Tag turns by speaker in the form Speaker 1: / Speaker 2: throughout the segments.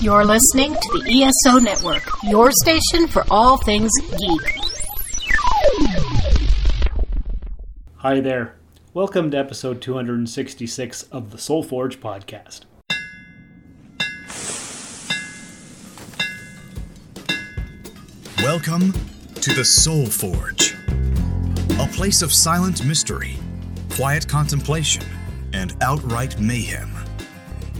Speaker 1: You're listening to the ESO Network, your station for all things geek.
Speaker 2: Hi there. Welcome to episode 266 of the Soul Forge podcast.
Speaker 3: Welcome to the Soul Forge, a place of silent mystery, quiet contemplation, and outright mayhem.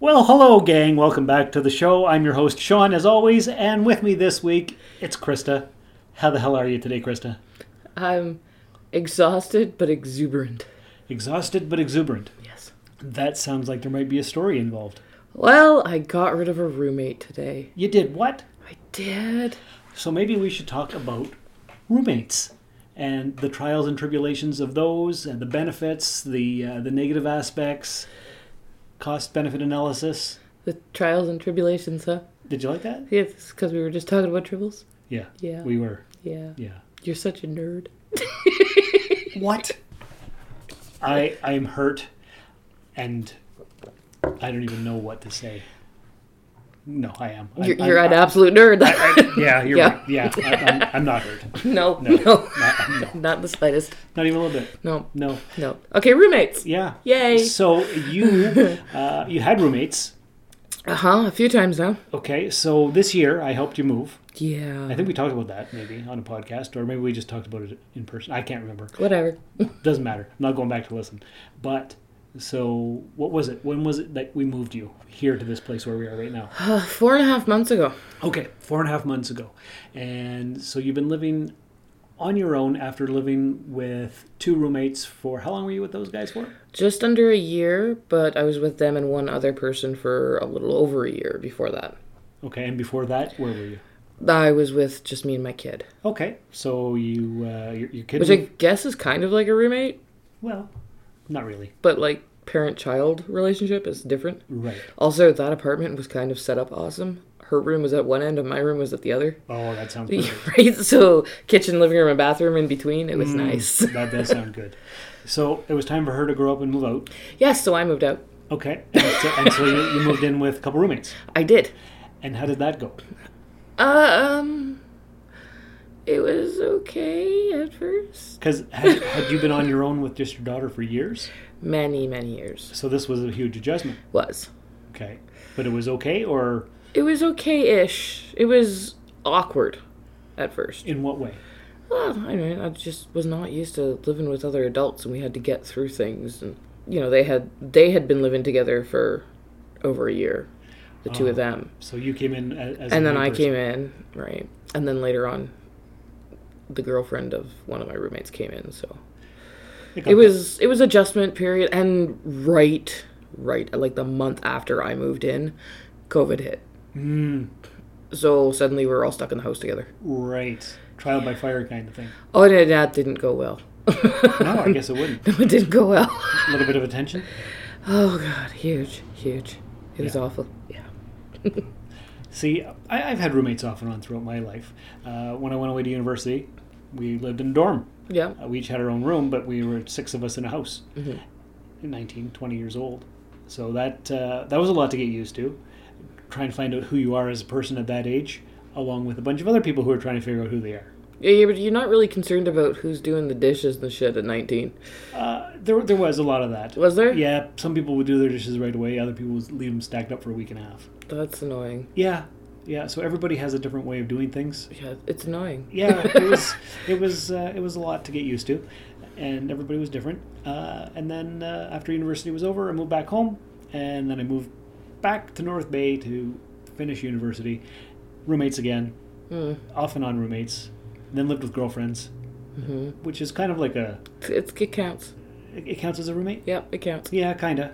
Speaker 2: Well, hello, gang. Welcome back to the show. I'm your host, Sean, as always, and with me this week, it's Krista. How the hell are you today, Krista?
Speaker 4: I'm exhausted but exuberant.
Speaker 2: Exhausted but exuberant.
Speaker 4: Yes.
Speaker 2: That sounds like there might be a story involved.
Speaker 4: Well, I got rid of a roommate today.
Speaker 2: You did what?
Speaker 4: I did.
Speaker 2: So maybe we should talk about roommates and the trials and tribulations of those, and the benefits, the uh, the negative aspects, cost benefit analysis.
Speaker 4: The trials and tribulations, huh?
Speaker 2: Did you like that?
Speaker 4: Yeah, it's because we were just talking about tribbles.
Speaker 2: Yeah.
Speaker 4: Yeah.
Speaker 2: We were.
Speaker 4: Yeah.
Speaker 2: Yeah.
Speaker 4: You're such a nerd.
Speaker 2: What? I I'm hurt, and I don't even know what to say. No, I am. I'm-
Speaker 4: You're,
Speaker 2: I'm-
Speaker 4: you're an
Speaker 2: I-
Speaker 4: absolute nerd.
Speaker 2: yeah, you're
Speaker 4: Yeah.
Speaker 2: right. Yeah, I, I'm, I'm not hurt.
Speaker 4: no,
Speaker 2: No,
Speaker 4: no,
Speaker 2: Not, no,
Speaker 4: not the slightest.
Speaker 2: not even a little bit.
Speaker 4: No,
Speaker 2: No.
Speaker 4: no. Okay, roommates.
Speaker 2: Yeah.
Speaker 4: Yay.
Speaker 2: So you uh, you had roommates.
Speaker 4: Uh huh. A few times now.
Speaker 2: Okay. So this year I helped you move.
Speaker 4: Yeah.
Speaker 2: I think we talked about that maybe on a podcast, or maybe we just talked about it in person. I can't remember.
Speaker 4: Whatever.
Speaker 2: Doesn't matter. I'm not going back to listen. But so what was it? When was it that we moved you here to this place where we are right now?
Speaker 4: Uh, four and a half months ago.
Speaker 2: Okay, four and a half months ago. And so you've been living on your own after living with two roommates for how long were you with those guys for?
Speaker 4: Just under a year, but I was with them and one other person for a little over a year before that.
Speaker 2: Okay, and before that, where were you?
Speaker 4: I was with just me and my kid,
Speaker 2: Okay, so you uh, your, your kid.
Speaker 4: which I guess is kind of like a roommate,
Speaker 2: well, not really.
Speaker 4: but like parent child relationship is different.
Speaker 2: Right.
Speaker 4: Also, that apartment was kind of set up awesome. Her room was at one end and my room was at the other.
Speaker 2: Oh, that sounds perfect.
Speaker 4: right? So, kitchen, living room, and bathroom in between. It was nice.
Speaker 2: that does sound good. So it was time for her to grow up and move out.
Speaker 4: Yes, so I moved out.
Speaker 2: Okay, and so, and so you, you moved in with a couple roommates.
Speaker 4: I did.
Speaker 2: And how did that go?
Speaker 4: Uh, um, it was okay at first.
Speaker 2: Because had, had you been on your own with just your daughter for years?
Speaker 4: Many, many years.
Speaker 2: So this was a huge adjustment.
Speaker 4: Was.
Speaker 2: Okay, but it was okay, or
Speaker 4: It was okay ish. It was awkward at first.
Speaker 2: in what way?
Speaker 4: Well, I mean, I just was not used to living with other adults, and we had to get through things. And you know, they had they had been living together for over a year, the two of them,
Speaker 2: So you came in as, as a
Speaker 4: and then
Speaker 2: new
Speaker 4: I
Speaker 2: person.
Speaker 4: came in, right? And then later on, the girlfriend of one of my roommates came in, so
Speaker 2: It, got
Speaker 4: it was it was adjustment period. And right, right, like the month after I moved in, COVID hit. So suddenly we were all stuck in the house together.
Speaker 2: right trial by fire kind of thing.
Speaker 4: Oh, no, that didn't go well.
Speaker 2: No, I guess it wouldn't.
Speaker 4: it didn't go well.
Speaker 2: A little bit of attention.
Speaker 4: Oh god, huge, huge. It was
Speaker 2: Yeah.
Speaker 4: awful. Yeah.
Speaker 2: See, I, I've had roommates off and on throughout my life. Uh, when I went away to university, we lived in a dorm.
Speaker 4: Yeah.
Speaker 2: Uh, we each had our own room, but we were six of us in a house,
Speaker 4: Mm-hmm.
Speaker 2: nineteen, twenty 19, 20 years old. So that uh, that was a lot to get used to. Trying to find out who you are as a person at that age, along with a bunch of other people who are trying to figure out who they are.
Speaker 4: Yeah, yeah, but you're not really concerned about who's doing the dishes and shit at 19.
Speaker 2: There, there was a lot of that.
Speaker 4: Was there?
Speaker 2: Yeah, some people would do their dishes right away. Other people would leave them stacked up for a week and a half.
Speaker 4: That's annoying.
Speaker 2: Yeah, yeah. So everybody has a different way of doing things.
Speaker 4: Yeah, it's annoying.
Speaker 2: yeah, it was it was uh, it was a lot to get used to, and everybody was different. Uh, and then uh, after university was over, I moved back home, and then I moved back to North Bay to finish
Speaker 4: Mm.
Speaker 2: university. Roommates again, off and on roommates. Then lived with girlfriends,
Speaker 4: Mm-hmm.
Speaker 2: which is kind of like a
Speaker 4: It's, it counts.
Speaker 2: it it counts as a roommate.
Speaker 4: Yep, it counts.
Speaker 2: Yeah, kinda.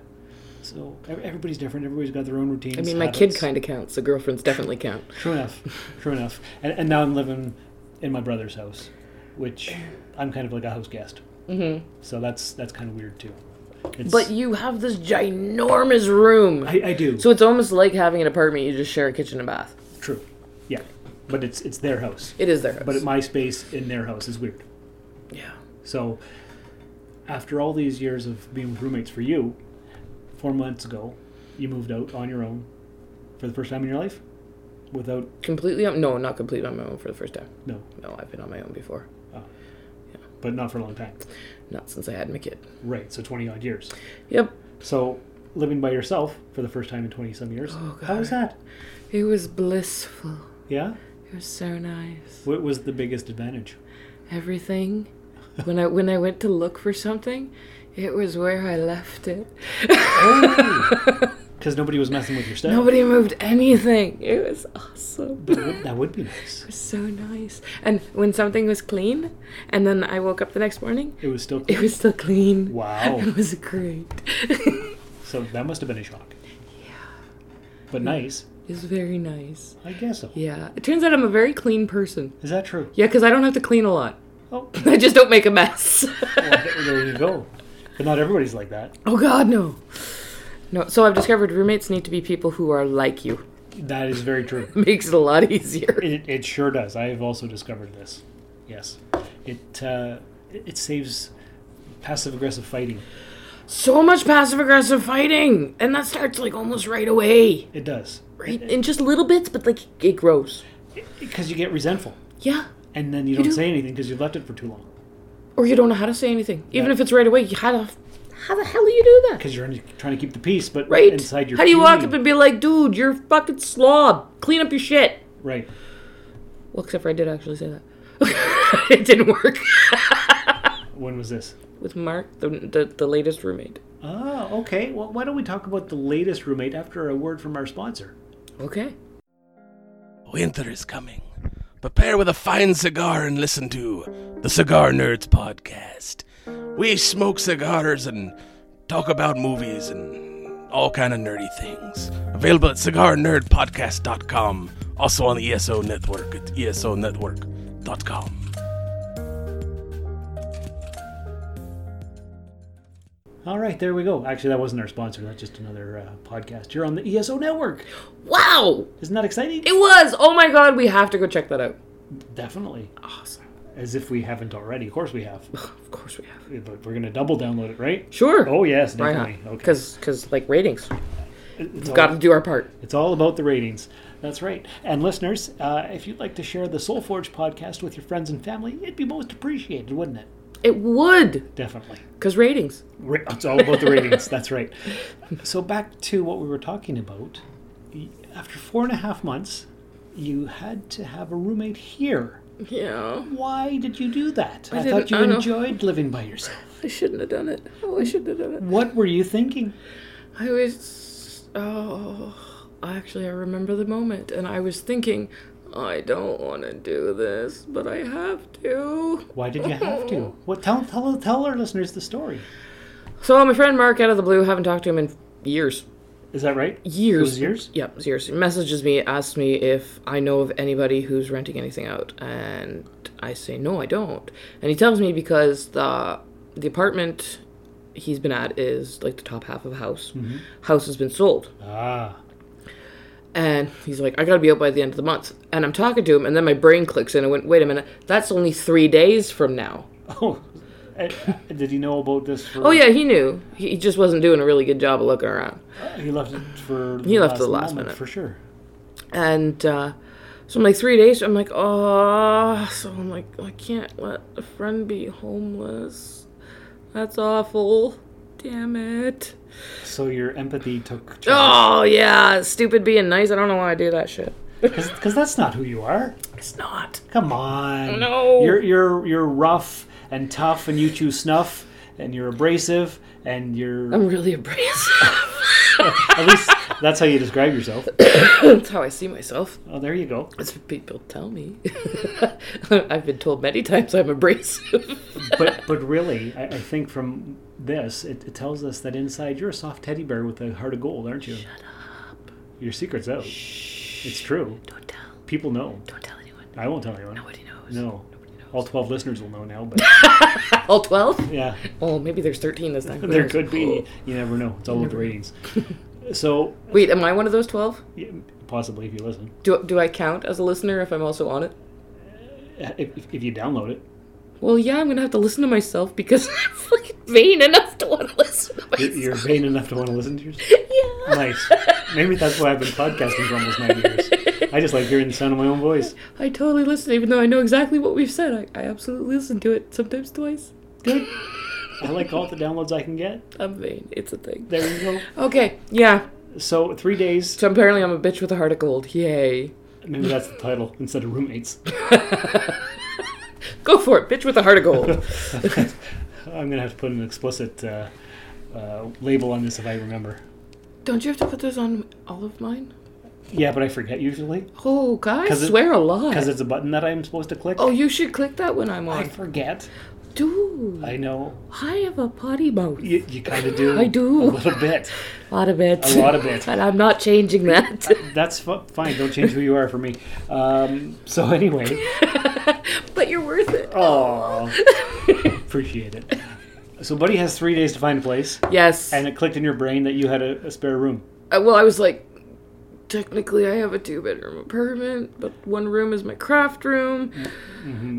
Speaker 2: So ev- everybody's different. Everybody's got their own routines.
Speaker 4: I mean, my kid kind of counts. The girlfriends definitely count.
Speaker 2: True enough. True enough. And, and now I'm living in my brother's house, which I'm kind of like a house guest. Mm-hmm. So that's that's kind of weird too. It's,
Speaker 4: But you have this ginormous room.
Speaker 2: I, I do.
Speaker 4: so it's almost like having an apartment. You just share a kitchen and bath.
Speaker 2: True. Yeah. But it's it's their house.
Speaker 4: It is their house.
Speaker 2: But it, my space in their house is weird.
Speaker 4: yeah.
Speaker 2: So after all these years of being roommates for you, four months ago, you moved out on your own for the first time in your life? Without
Speaker 4: Completely on, no, not completely on my own for the first time.
Speaker 2: no,
Speaker 4: No, I've been on my own before.
Speaker 2: but not for a long time.
Speaker 4: Not since I had my kid.
Speaker 2: Right, so twenty odd years.
Speaker 4: Yep.
Speaker 2: So living by yourself for the first time in twenty some years. Oh, How was that?
Speaker 4: It was blissful.
Speaker 2: Yeah?
Speaker 4: It was so nice.
Speaker 2: What was the biggest advantage?
Speaker 4: Everything. when I when I went to look for something, it was where I left it.
Speaker 2: Because nobody was messing with your stuff.
Speaker 4: Nobody moved anything. It was awesome.
Speaker 2: That would- that would be nice.
Speaker 4: so nice. And when something was clean, and then I woke up the next morning,
Speaker 2: It was still
Speaker 4: it was still clean.
Speaker 2: Wow.
Speaker 4: It was great.
Speaker 2: So that must have been a shock. Yeah. But nice.
Speaker 4: It's very nice.
Speaker 2: I guess so.
Speaker 4: Yeah. It turns out I'm a very clean person.
Speaker 2: Is that true?
Speaker 4: Yeah, because I don't have to clean a lot.
Speaker 2: Oh,
Speaker 4: I just don't make a mess.
Speaker 2: well, there you go. But not everybody's like that.
Speaker 4: oh God, no. No. So I've discovered roommates need to be people who are like you.
Speaker 2: That is very true.
Speaker 4: Makes it a lot easier.
Speaker 2: It, it sure does. I have also discovered this. Yes, it uh, it it saves passive aggressive fighting.
Speaker 4: So much passive aggressive fighting, and that starts like almost right away.
Speaker 2: It does
Speaker 4: Right? In just little bits, but like it grows.
Speaker 2: because you get resentful
Speaker 4: Yeah.
Speaker 2: and then you don't
Speaker 4: do.
Speaker 2: say anything because you've left it for too long
Speaker 4: Or you don't know how to say anything, even
Speaker 2: Yeah.
Speaker 4: if it's right away. You how the how the hell do you do that?
Speaker 2: because you're trying to keep the peace. But
Speaker 4: Right?
Speaker 2: inside your
Speaker 4: how do you walk up and be like, dude, you're a fucking slob. Clean up your shit.
Speaker 2: right?
Speaker 4: Well, except for I did actually say that. it didn't work.
Speaker 2: When was this?
Speaker 4: With Mark, the, the the latest roommate.
Speaker 2: Oh, okay. Well, why don't we talk about the latest roommate after a word from our sponsor?
Speaker 4: Okay.
Speaker 5: Winter is coming. Prepare with a fine cigar and listen to the Cigar Nerds podcast. We smoke cigars and talk about movies and all kind of nerdy things. Available at cigarnerdpodcast.com. Also on the ESO network at esonetwork.com.
Speaker 2: All right, there we go. Actually, that wasn't our sponsor. That's just another uh, podcast. You're on the ESO network.
Speaker 4: Wow,
Speaker 2: Isn't that exciting?
Speaker 4: it was. Oh my god, we have to go check that out.
Speaker 2: Definitely.
Speaker 4: Awesome.
Speaker 2: As if we haven't already. Of course we have.
Speaker 4: Of course we have.
Speaker 2: But we're going to double download it, right?
Speaker 4: Sure.
Speaker 2: Oh, yes,
Speaker 4: Why
Speaker 2: definitely.
Speaker 4: not?
Speaker 2: Okay.
Speaker 4: Because because like ratings,
Speaker 2: It's all,
Speaker 4: got to do our part.
Speaker 2: it's all about the ratings. That's right. And listeners, uh, if you'd like to share the Soul Forge podcast with your friends and family, it'd be most appreciated, wouldn't it?
Speaker 4: It would.
Speaker 2: Definitely.
Speaker 4: Because ratings.
Speaker 2: Ra- It's all about the ratings. That's right. So back to what we were talking about. Y- After four and a half months, you had to have a roommate here.
Speaker 4: Yeah.
Speaker 2: Why did you do that? I,
Speaker 4: didn't-
Speaker 2: thought you
Speaker 4: I don't-
Speaker 2: enjoyed living by yourself.
Speaker 4: I shouldn't have done it. Oh, I shouldn't have done it.
Speaker 2: What were you thinking?
Speaker 4: I was. Oh, actually, I remember the moment, and I was thinking, I don't want to do this, but I have to.
Speaker 2: Why did you have to? What? Tell tell tell our listeners the story.
Speaker 4: So my friend Mark, out of the blue, haven't talked to him in years.
Speaker 2: Is that right?
Speaker 4: Years.
Speaker 2: It was years.
Speaker 4: Yep, it's years. He messages me, asks me if I know of anybody who's renting anything out, and I say no, I don't. And he tells me because the the apartment he's been at is like the top half of a house. House has been sold.
Speaker 2: Ah,
Speaker 4: And he's like, I gotta be out by the end of the month. And I'm talking to him, and then my brain clicks in. I went, wait a minute, that's only three days from now.
Speaker 2: oh, Uh, did he know about this? For,
Speaker 4: Oh, yeah, he knew. He he just wasn't doing a really good job of looking around.
Speaker 2: he left it for. The
Speaker 4: He left the last
Speaker 2: moment,
Speaker 4: minute.
Speaker 2: for sure.
Speaker 4: And uh, so I'm like, three days? I'm like, oh, so I'm like, I can't let a friend be homeless. That's awful. Damn it.
Speaker 2: So your empathy took.
Speaker 4: Oh, yeah, stupid being nice. I don't know why I do that shit.
Speaker 2: Because that's not who you are.
Speaker 4: It's not.
Speaker 2: Come on.
Speaker 4: No.
Speaker 2: You're you're you're rough and tough, and you chew snuff, and you're abrasive, and you're
Speaker 4: I'm really abrasive.
Speaker 2: at least That's how you describe yourself.
Speaker 4: That's how I see myself.
Speaker 2: Oh, there you go.
Speaker 4: That's what people tell me. I've been told many times I'm abrasive.
Speaker 2: But but really, I, I think from this, it, it tells us that inside you're a soft teddy bear with a heart of gold, aren't you? Shut up. Your secret's out. It's true.
Speaker 4: Don't tell.
Speaker 2: People know.
Speaker 4: Don't tell anyone.
Speaker 2: I won't tell anyone.
Speaker 4: Nobody knows.
Speaker 2: No.
Speaker 4: Nobody knows.
Speaker 2: All 12 listeners will know now, but
Speaker 4: All 12?
Speaker 2: yeah.
Speaker 4: Oh, maybe there's 13 this time. Who
Speaker 2: There
Speaker 4: knows?
Speaker 2: could be. You never know. It's all over the ratings. So,
Speaker 4: Wait, am I one of those 12?
Speaker 2: yeah, possibly if you listen,
Speaker 4: Do, do I count as a listener if I'm also on it?
Speaker 2: if, if- if you download it,
Speaker 4: Well, yeah, I'm gonna have to listen to myself because I'm fucking vain enough to want to listen to myself.
Speaker 2: you're, you're vain enough to want to listen to yourself.
Speaker 4: Yeah.
Speaker 2: Nice. Maybe that's why I've been podcasting for almost nine years. I just like hearing the sound of my own voice.
Speaker 4: I totally listen, even though I know exactly what we've said. I, I absolutely listen to it, sometimes twice.
Speaker 2: Good. I like all the downloads I can get.
Speaker 4: I'm vain. It's a thing.
Speaker 2: There you go.
Speaker 4: Okay, yeah.
Speaker 2: So three days.
Speaker 4: So apparently I'm a bitch with a heart of gold. Yay.
Speaker 2: Maybe that's the title instead of roommates.
Speaker 4: Go for it, bitch with a heart of gold.
Speaker 2: I'm gonna have to put an explicit uh, uh, label on this if I remember.
Speaker 4: Don't you have to put those on all of mine?
Speaker 2: Yeah, but I forget usually
Speaker 4: Oh, guys,
Speaker 2: 'Cause it-
Speaker 4: swear a lot.
Speaker 2: because it's a button that I'm supposed to click.
Speaker 4: oh, you should click that when I'm
Speaker 2: I
Speaker 4: on.
Speaker 2: forget.
Speaker 4: Dude,
Speaker 2: I know.
Speaker 4: I have a potty mouth.
Speaker 2: You, you kind of do.
Speaker 4: I do.
Speaker 2: A little bit.
Speaker 4: A lot of it.
Speaker 2: A lot of it.
Speaker 4: and I'm not changing that.
Speaker 2: That's f- fine. Don't change who you are for me. Um, so anyway.
Speaker 4: but you're worth it.
Speaker 2: Oh, appreciate it. So, Buddy has three days to find a place,
Speaker 4: Yes.
Speaker 2: and it clicked in your brain that you had a, a spare room.
Speaker 4: Uh, well, I was like, technically, I have a two bedroom apartment, but one room is my craft room.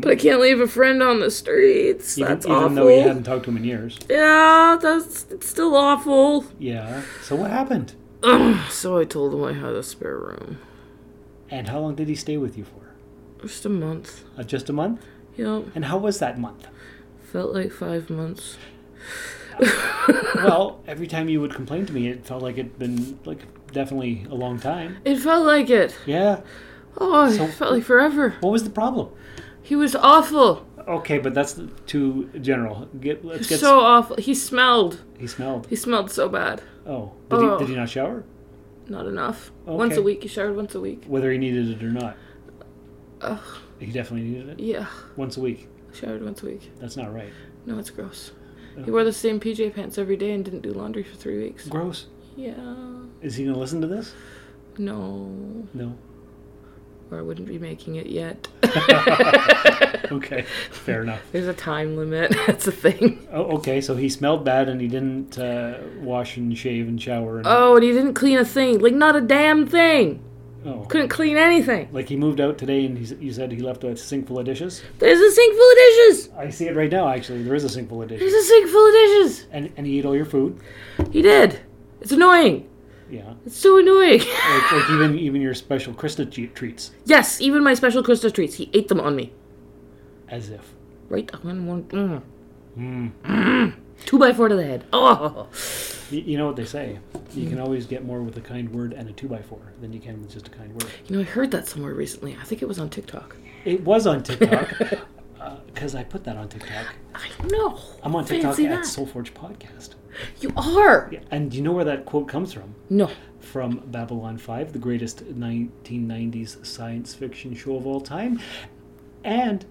Speaker 4: But I can't leave a friend on the streets.
Speaker 2: Mm-hmm. Even,
Speaker 4: that's
Speaker 2: even
Speaker 4: awful.
Speaker 2: though you hadn't talked to him in years.
Speaker 4: yeah, that's it's still awful.
Speaker 2: Yeah. So, what happened?
Speaker 4: So I told him I had a spare room.
Speaker 2: And how long did he stay with you for?
Speaker 4: Just a month.
Speaker 2: Uh, just a month?
Speaker 4: Yep.
Speaker 2: And how was that month?
Speaker 4: Felt like five months.
Speaker 2: well, every time you would complain to me, it felt like it'd been, like, definitely a long time.
Speaker 4: It felt like it.
Speaker 2: Yeah.
Speaker 4: Oh, it
Speaker 2: So-
Speaker 4: felt like forever.
Speaker 2: What was the problem?
Speaker 4: He was awful.
Speaker 2: Okay, but that's too general. Get, let's get.
Speaker 4: so awful. He smelled.
Speaker 2: he smelled.
Speaker 4: He smelled so bad.
Speaker 2: Oh. Did,
Speaker 4: Oh.
Speaker 2: He, did he not shower?
Speaker 4: Not enough. Once
Speaker 2: Okay.
Speaker 4: a week. He showered once a week.
Speaker 2: Whether he needed it or not.
Speaker 4: Ugh.
Speaker 2: He definitely needed it.
Speaker 4: Yeah.
Speaker 2: Once a week.
Speaker 4: Showered once a week.
Speaker 2: That's not right.
Speaker 4: No, it's gross.
Speaker 2: Oh.
Speaker 4: He wore the same PJ pants every day and didn't do laundry for three weeks.
Speaker 2: Gross.
Speaker 4: Yeah.
Speaker 2: Is he going to listen to this?
Speaker 4: No.
Speaker 2: No.
Speaker 4: Or I wouldn't be making it yet.
Speaker 2: Okay. Fair enough.
Speaker 4: There's a time limit. That's a thing.
Speaker 2: Oh, okay. So he smelled bad and he didn't uh, wash and shave and shower. And,
Speaker 4: Oh, and he didn't clean a thing. Like, not a damn thing.
Speaker 2: oh.
Speaker 4: Couldn't clean anything.
Speaker 2: Like he moved out today and he, s- you said he left a sink full of dishes.
Speaker 4: There's a sink full of dishes.
Speaker 2: I see it right now, actually. There is a sink full of dishes.
Speaker 4: There's a sink full of dishes.
Speaker 2: And, and he ate all your food.
Speaker 4: He did. It's annoying.
Speaker 2: Yeah.
Speaker 4: It's so annoying.
Speaker 2: Like, like even even your special Christmas che- treats.
Speaker 4: yes, even my special Christmas treats. He ate them on me.
Speaker 2: As if.
Speaker 4: Right on one. Mm.
Speaker 2: Hmm.
Speaker 4: Mm. Two by four to the head. Oh.
Speaker 2: Y- You know what they say. You can always get more with a kind word and a 2 by 4 than you can with just a kind word.
Speaker 4: You know, I heard that somewhere recently. I think it was on TikTok.
Speaker 2: It was on TikTok because I put that on TikTok.
Speaker 4: I know.
Speaker 2: I'm on TikTok
Speaker 4: Fancy
Speaker 2: at
Speaker 4: that.
Speaker 2: Soulforge Podcast.
Speaker 4: You are.
Speaker 2: And do you know where that quote comes from?
Speaker 4: No.
Speaker 2: From Babylon 5, the greatest 1990s science fiction show of all time. And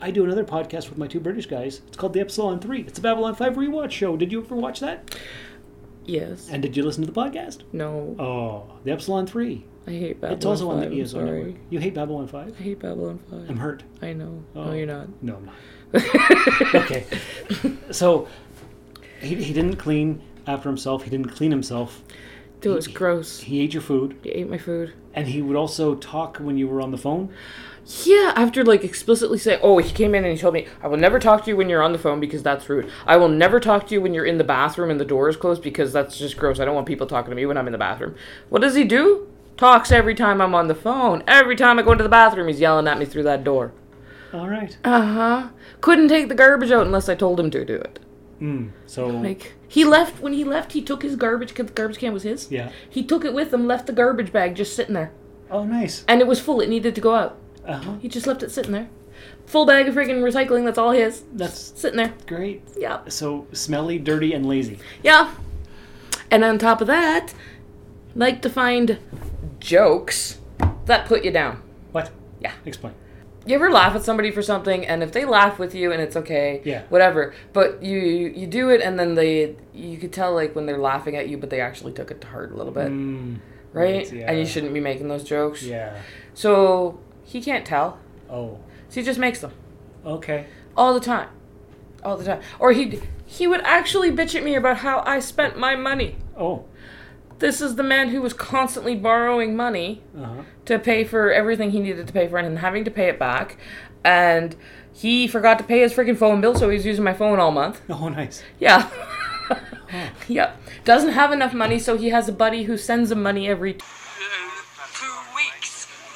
Speaker 2: I do another podcast with my two British guys. It's called The Epsilon 3. It's a Babylon 5 rewatch show. Did you ever watch that?
Speaker 4: Yes.
Speaker 2: And did you listen to the podcast?
Speaker 4: No.
Speaker 2: Oh, The Epsilon 3.
Speaker 4: I hate Babylon.
Speaker 2: It's also
Speaker 4: 5.
Speaker 2: on the
Speaker 4: I'm
Speaker 2: ESO
Speaker 4: sorry.
Speaker 2: network. You hate Babylon 5?
Speaker 4: I hate Babylon
Speaker 2: I'm Oh,
Speaker 4: 5.
Speaker 2: hurt.
Speaker 4: i know. No, you're not.
Speaker 2: No, I'm not. okay. So he, he didn't clean after himself. He didn't clean himself.
Speaker 4: Dude, it's gross.
Speaker 2: He ate your food.
Speaker 4: He ate my food.
Speaker 2: And he would also talk when you were on the phone.
Speaker 4: Yeah, after like explicitly saying, "Oh, he came in and he told me I will never talk to you when you're on the phone because that's rude. I will never talk to you when you're in the bathroom and the door is closed because that's just gross. I don't want people talking to me when I'm in the bathroom." What does he do? Talks every time I'm on the phone. Every time I go into the bathroom, he's yelling at me through that door.
Speaker 2: All right.
Speaker 4: Uh, Couldn't take the garbage out unless I told him to do it.
Speaker 2: So
Speaker 4: Like he left when he left, he took his garbage because the garbage can was his.
Speaker 2: yeah.
Speaker 4: He took it with him, left the garbage bag just sitting there,
Speaker 2: Oh, nice.
Speaker 4: and it was full. It needed to go out.
Speaker 2: Uh huh.
Speaker 4: He just left it sitting there, full bag of friggin' recycling. That's all his.
Speaker 2: That's
Speaker 4: Sitting there.
Speaker 2: great.
Speaker 4: Yeah.
Speaker 2: So smelly, dirty, and lazy.
Speaker 4: Yeah. And on top of that, like to find jokes that put you down.
Speaker 2: What?
Speaker 4: Yeah.
Speaker 2: Explain.
Speaker 4: You ever laugh at somebody for something, and if they laugh with you, and it's okay,
Speaker 2: Yeah.
Speaker 4: whatever. But you you do it, and then they you could tell like when they're laughing at you, but they actually took it to heart a little bit, right?
Speaker 2: Mm. right,
Speaker 4: And
Speaker 2: yeah.
Speaker 4: you shouldn't be making those jokes.
Speaker 2: Yeah.
Speaker 4: So he can't tell,
Speaker 2: Oh.
Speaker 4: so he just makes them
Speaker 2: Okay.
Speaker 4: all the time, all the time. Or he he would actually bitch at me about how I spent my money.
Speaker 2: Oh.
Speaker 4: This is the man who was constantly borrowing money
Speaker 2: Uh-huh.
Speaker 4: to pay for everything he needed to pay for and having to pay it back. And he forgot to pay his freaking phone bill, so he was using my phone all month.
Speaker 2: Oh, nice.
Speaker 4: Yeah. Yep. Doesn't have enough money, so he has a buddy who sends him money every. T-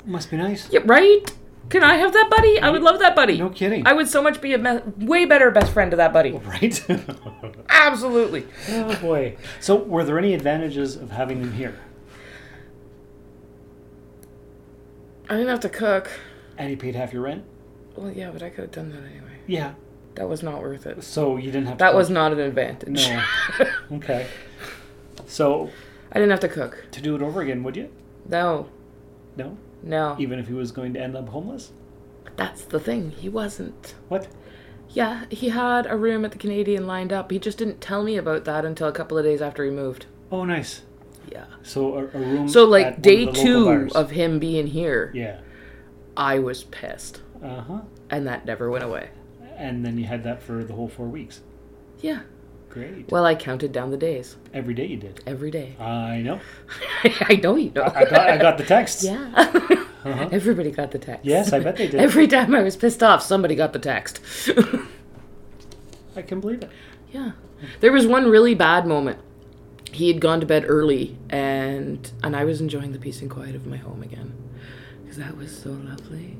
Speaker 2: Must be nice.
Speaker 4: yeah, right? Can I have that buddy? I would love that buddy.
Speaker 2: No kidding.
Speaker 4: I would so much be a me- way better best friend to that buddy.
Speaker 2: Right?
Speaker 4: Absolutely.
Speaker 2: oh, boy. So, were there any advantages of having them here?
Speaker 4: I didn't have to cook.
Speaker 2: And you paid half your rent?
Speaker 4: Well, yeah, but I could have done that anyway.
Speaker 2: Yeah.
Speaker 4: That was not worth it.
Speaker 2: So, you didn't have to.
Speaker 4: That was not an advantage.
Speaker 2: No. okay. So,
Speaker 4: I didn't have to cook.
Speaker 2: to do it over again, would you?
Speaker 4: No,
Speaker 2: No?
Speaker 4: no.
Speaker 2: Even if he was going to end up homeless?
Speaker 4: That's the thing. He wasn't.
Speaker 2: What?
Speaker 4: Yeah, he had a room at the Canadian lined up. He just didn't tell me about that until a couple of days after he moved.
Speaker 2: Oh, nice.
Speaker 4: Yeah.
Speaker 2: So, a, a room.
Speaker 4: So
Speaker 2: at one
Speaker 4: like
Speaker 2: of
Speaker 4: day
Speaker 2: the local
Speaker 4: two
Speaker 2: bars.
Speaker 4: of him being here,
Speaker 2: Yeah.
Speaker 4: I was pissed,
Speaker 2: Uh huh.
Speaker 4: and that never went away.
Speaker 2: And then you had that for the whole four weeks.
Speaker 4: Yeah.
Speaker 2: Great.
Speaker 4: Well, I counted down the days
Speaker 2: Every day you did.
Speaker 4: every day.
Speaker 2: I know.
Speaker 4: I know you don't.
Speaker 2: I got, I got the texts.
Speaker 4: yeah. Everybody got the text.
Speaker 2: Yes, I bet they did.
Speaker 4: Every time I was pissed off, somebody got the text.
Speaker 2: I can believe it.
Speaker 4: Yeah. There was one really bad moment. He had gone to bed early and and I was enjoying the peace and quiet of my home again. Cuz that was so lovely.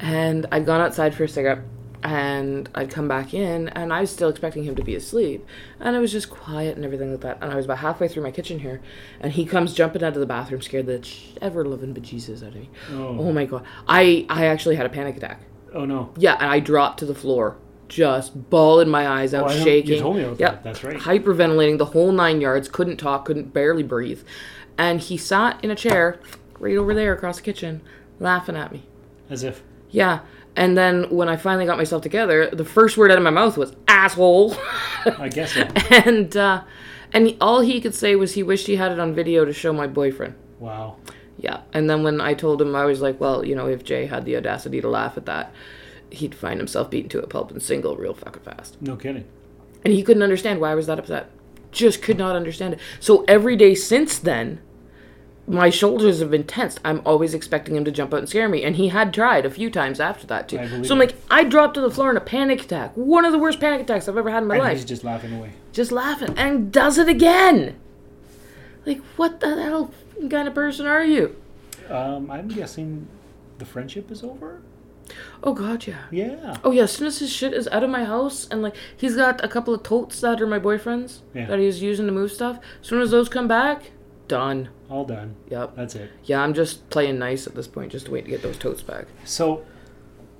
Speaker 4: And I'd gone outside for a cigarette and I'd come back in and I was still expecting him to be asleep. And it was just quiet and everything like that. And I was about halfway through my kitchen here and he comes jumping out of the bathroom scared the ever loving bejesus out of me.
Speaker 2: Oh.
Speaker 4: oh my god. I I actually had a panic attack.
Speaker 2: Oh no.
Speaker 4: Yeah, and I dropped to the floor, just bawling my eyes out,
Speaker 2: Oh, I know- you
Speaker 4: shaking.
Speaker 2: told me about
Speaker 4: Yep.
Speaker 2: that, that's right.
Speaker 4: Hyperventilating the whole nine yards, couldn't talk, couldn't barely breathe. And he sat in a chair right over there across the kitchen, laughing at me.
Speaker 2: As if.
Speaker 4: Yeah. And then when I finally got myself together, the first word out of my mouth was asshole.
Speaker 2: I guess so.
Speaker 4: and uh, and he- all he could say was he wished he had it on video to show my boyfriend.
Speaker 2: Wow.
Speaker 4: Yeah. And then when I told him, I was like, well, you know, if Jay had the audacity to laugh at that, he'd find himself beaten to a pulp and single real fucking fast.
Speaker 2: No kidding.
Speaker 4: And he couldn't understand why I was that upset. Just could not understand it. So every day since then, my shoulders have been tensed. I'm always expecting him to jump out and scare me. And he had tried a few times after that, too.
Speaker 2: I believe
Speaker 4: So I'm
Speaker 2: it.
Speaker 4: like, I dropped to the floor in a panic attack. One of the worst panic attacks I've ever had in my
Speaker 2: And
Speaker 4: life
Speaker 2: he's just laughing away.
Speaker 4: just laughing and does it again. Like, what the hell kind of person are you?
Speaker 2: Um, I'm guessing the friendship is over?
Speaker 4: Oh, God, yeah.
Speaker 2: Yeah.
Speaker 4: Oh, yeah, as soon as his shit is out of my house, and like, he's got a couple of totes that are my boyfriend's
Speaker 2: Yeah.
Speaker 4: that he's using to move stuff. As soon as those come back, done.
Speaker 2: All done.
Speaker 4: Yep.
Speaker 2: That's it.
Speaker 4: Yeah, I'm just playing nice at this point, just to wait to get those totes back.
Speaker 2: So,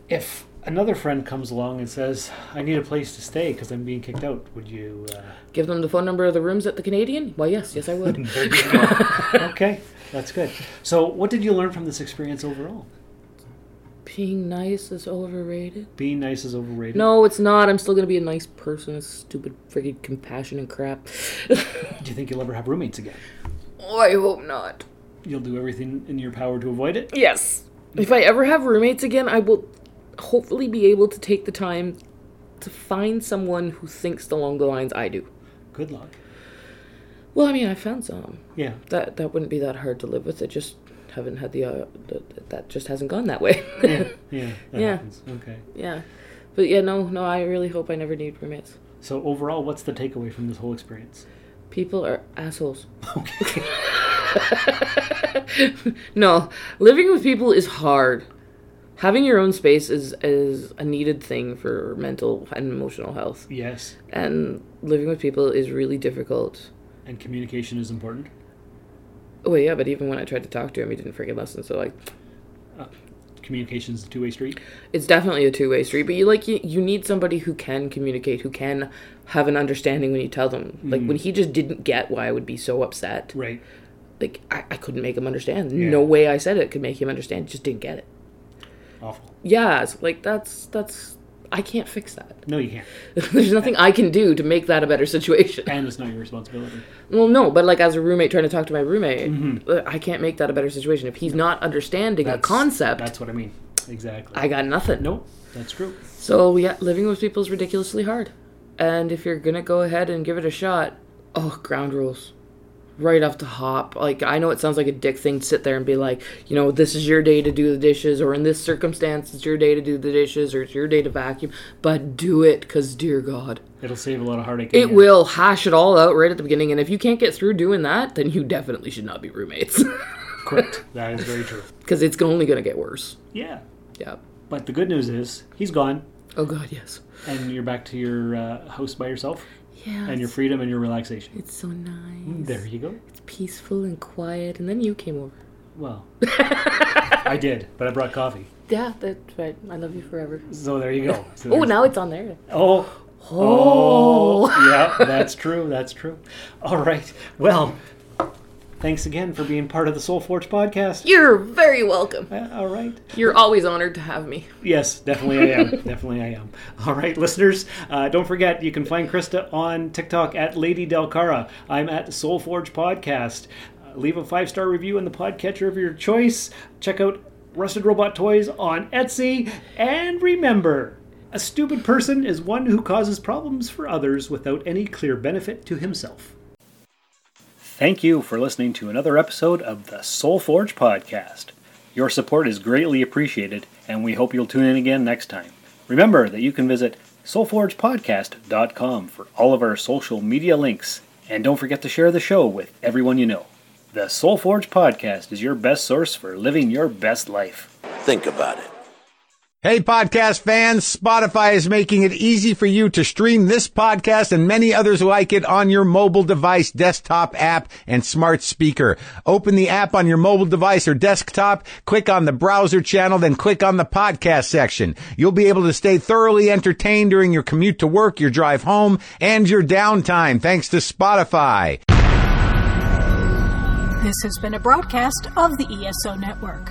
Speaker 2: if another friend comes along and says, I need a place to stay because I'm being kicked out, would you. Uh...
Speaker 4: Give them the phone number of the rooms at the Canadian? Why, yes, yes, I would.
Speaker 2: okay. That's good. So, what did you learn from this experience overall?
Speaker 4: Being nice is overrated.
Speaker 2: Being nice is overrated.
Speaker 4: No, it's not. I'm still gonna be a nice person. It's stupid freaking compassion and crap.
Speaker 2: Do you think you'll ever have roommates again?
Speaker 4: oh, I hope not.
Speaker 2: You'll do everything in your power to avoid it?
Speaker 4: Yes. If I ever have roommates again, I will hopefully be able to take the time to find someone who thinks along the lines I do.
Speaker 2: Good luck.
Speaker 4: Well, I mean, I found some.
Speaker 2: Yeah.
Speaker 4: That that wouldn't be that hard to live with. I just haven't had the uh, th- th- that just hasn't gone that way.
Speaker 2: Yeah. That
Speaker 4: Yeah.
Speaker 2: Happens. Okay.
Speaker 4: yeah. But yeah, no, no, I really hope I never need roommates.
Speaker 2: So, overall, what's the takeaway from this whole experience?
Speaker 4: People are assholes. no, living with people is hard. Having your own space is is a needed thing for mental and emotional health.
Speaker 2: Yes.
Speaker 4: And living with people is really difficult.
Speaker 2: And communication is important.
Speaker 4: Oh yeah, but even when I tried to talk to him, he didn't freaking listen. So like,
Speaker 2: Communication is a two way street.
Speaker 4: it's definitely a two way street. But you like you, you need somebody who can communicate, who can have an understanding when you tell them. Like when he just didn't get why I would be so upset.
Speaker 2: Right.
Speaker 4: like I, I couldn't make him understand. No way I said it could make him understand. Just didn't get it.
Speaker 2: Awful.
Speaker 4: Yeah, it's like that's that's I can't fix that.
Speaker 2: No, you can't.
Speaker 4: There's nothing I can do to make that a better situation.
Speaker 2: And it's not your responsibility.
Speaker 4: Well, no, but like as a roommate trying to talk to my roommate, uh, I can't make that a better situation. If he's not understanding a
Speaker 2: Mm-hmm. That's-
Speaker 4: concept,
Speaker 2: That's what I mean. Exactly.
Speaker 4: I got nothing.
Speaker 2: no, that's true.
Speaker 4: So yeah, living with people is ridiculously hard. And if you're gonna go ahead and give it a shot, oh, ground rules. Right off the hop. Like I know it sounds like a dick thing to sit there and be like, you know, this is your day to do the dishes, or in this circumstance, it's your day to do the dishes, or it's your day to vacuum. But do it, cause dear God,
Speaker 2: It'll save a lot of heartache. in
Speaker 4: it
Speaker 2: the end.
Speaker 4: will hash it all out right at the beginning. And if you can't get through doing that, then you definitely should not be roommates,
Speaker 2: Correct. That is very true.
Speaker 4: cause it's only gonna get worse.
Speaker 2: Yeah.
Speaker 4: Yeah.
Speaker 2: But the good news is he's gone,
Speaker 4: Oh God, yes.
Speaker 2: and you're back to your uh, house by yourself,
Speaker 4: Yeah.
Speaker 2: and your freedom and your relaxation.
Speaker 4: it's so nice.
Speaker 2: There you go.
Speaker 4: peaceful and quiet, and then you came over.
Speaker 2: Well, I did, but I brought coffee.
Speaker 4: Yeah, that's right. I love you forever.
Speaker 2: So there you go. So
Speaker 4: Oh,
Speaker 2: there's-
Speaker 4: now it's on there.
Speaker 2: Oh. Oh. yeah, that's true. That's true. All right. Well, thanks again for being part of the Soul Forge podcast.
Speaker 4: You're very welcome.
Speaker 2: Uh, All right.
Speaker 4: You're always honored to have me.
Speaker 2: Yes, definitely I am. definitely I am. All right, listeners, uh, don't forget you can find Krista on TikTok at Lady Delcara. I'm at Soulforge Podcast. Uh, leave a five star review in the podcatcher of your choice. Check out Rusted Robot Toys on Etsy. And remember, a stupid person is one who causes problems for others without any clear benefit to himself. Thank you for listening to another episode of the Soul Forge podcast. Your support is greatly appreciated, and we hope you'll tune in again next time. Remember that you can visit soulforgepodcast.com for all of our social media links, and don't forget to share the show with everyone you know. The Soul Forge podcast is your best source for living your best life.
Speaker 6: Think about it.
Speaker 7: Hey, podcast fans, Spotify is making it easy for you to stream this podcast and many others like it on your mobile device, desktop app, and smart speaker. Open the app on your mobile device or desktop, click on the browser channel, then click on the podcast section. You'll be able to stay thoroughly entertained during your commute to work, your drive home, and your downtime thanks to Spotify.
Speaker 1: This has been a broadcast of the ESO Network.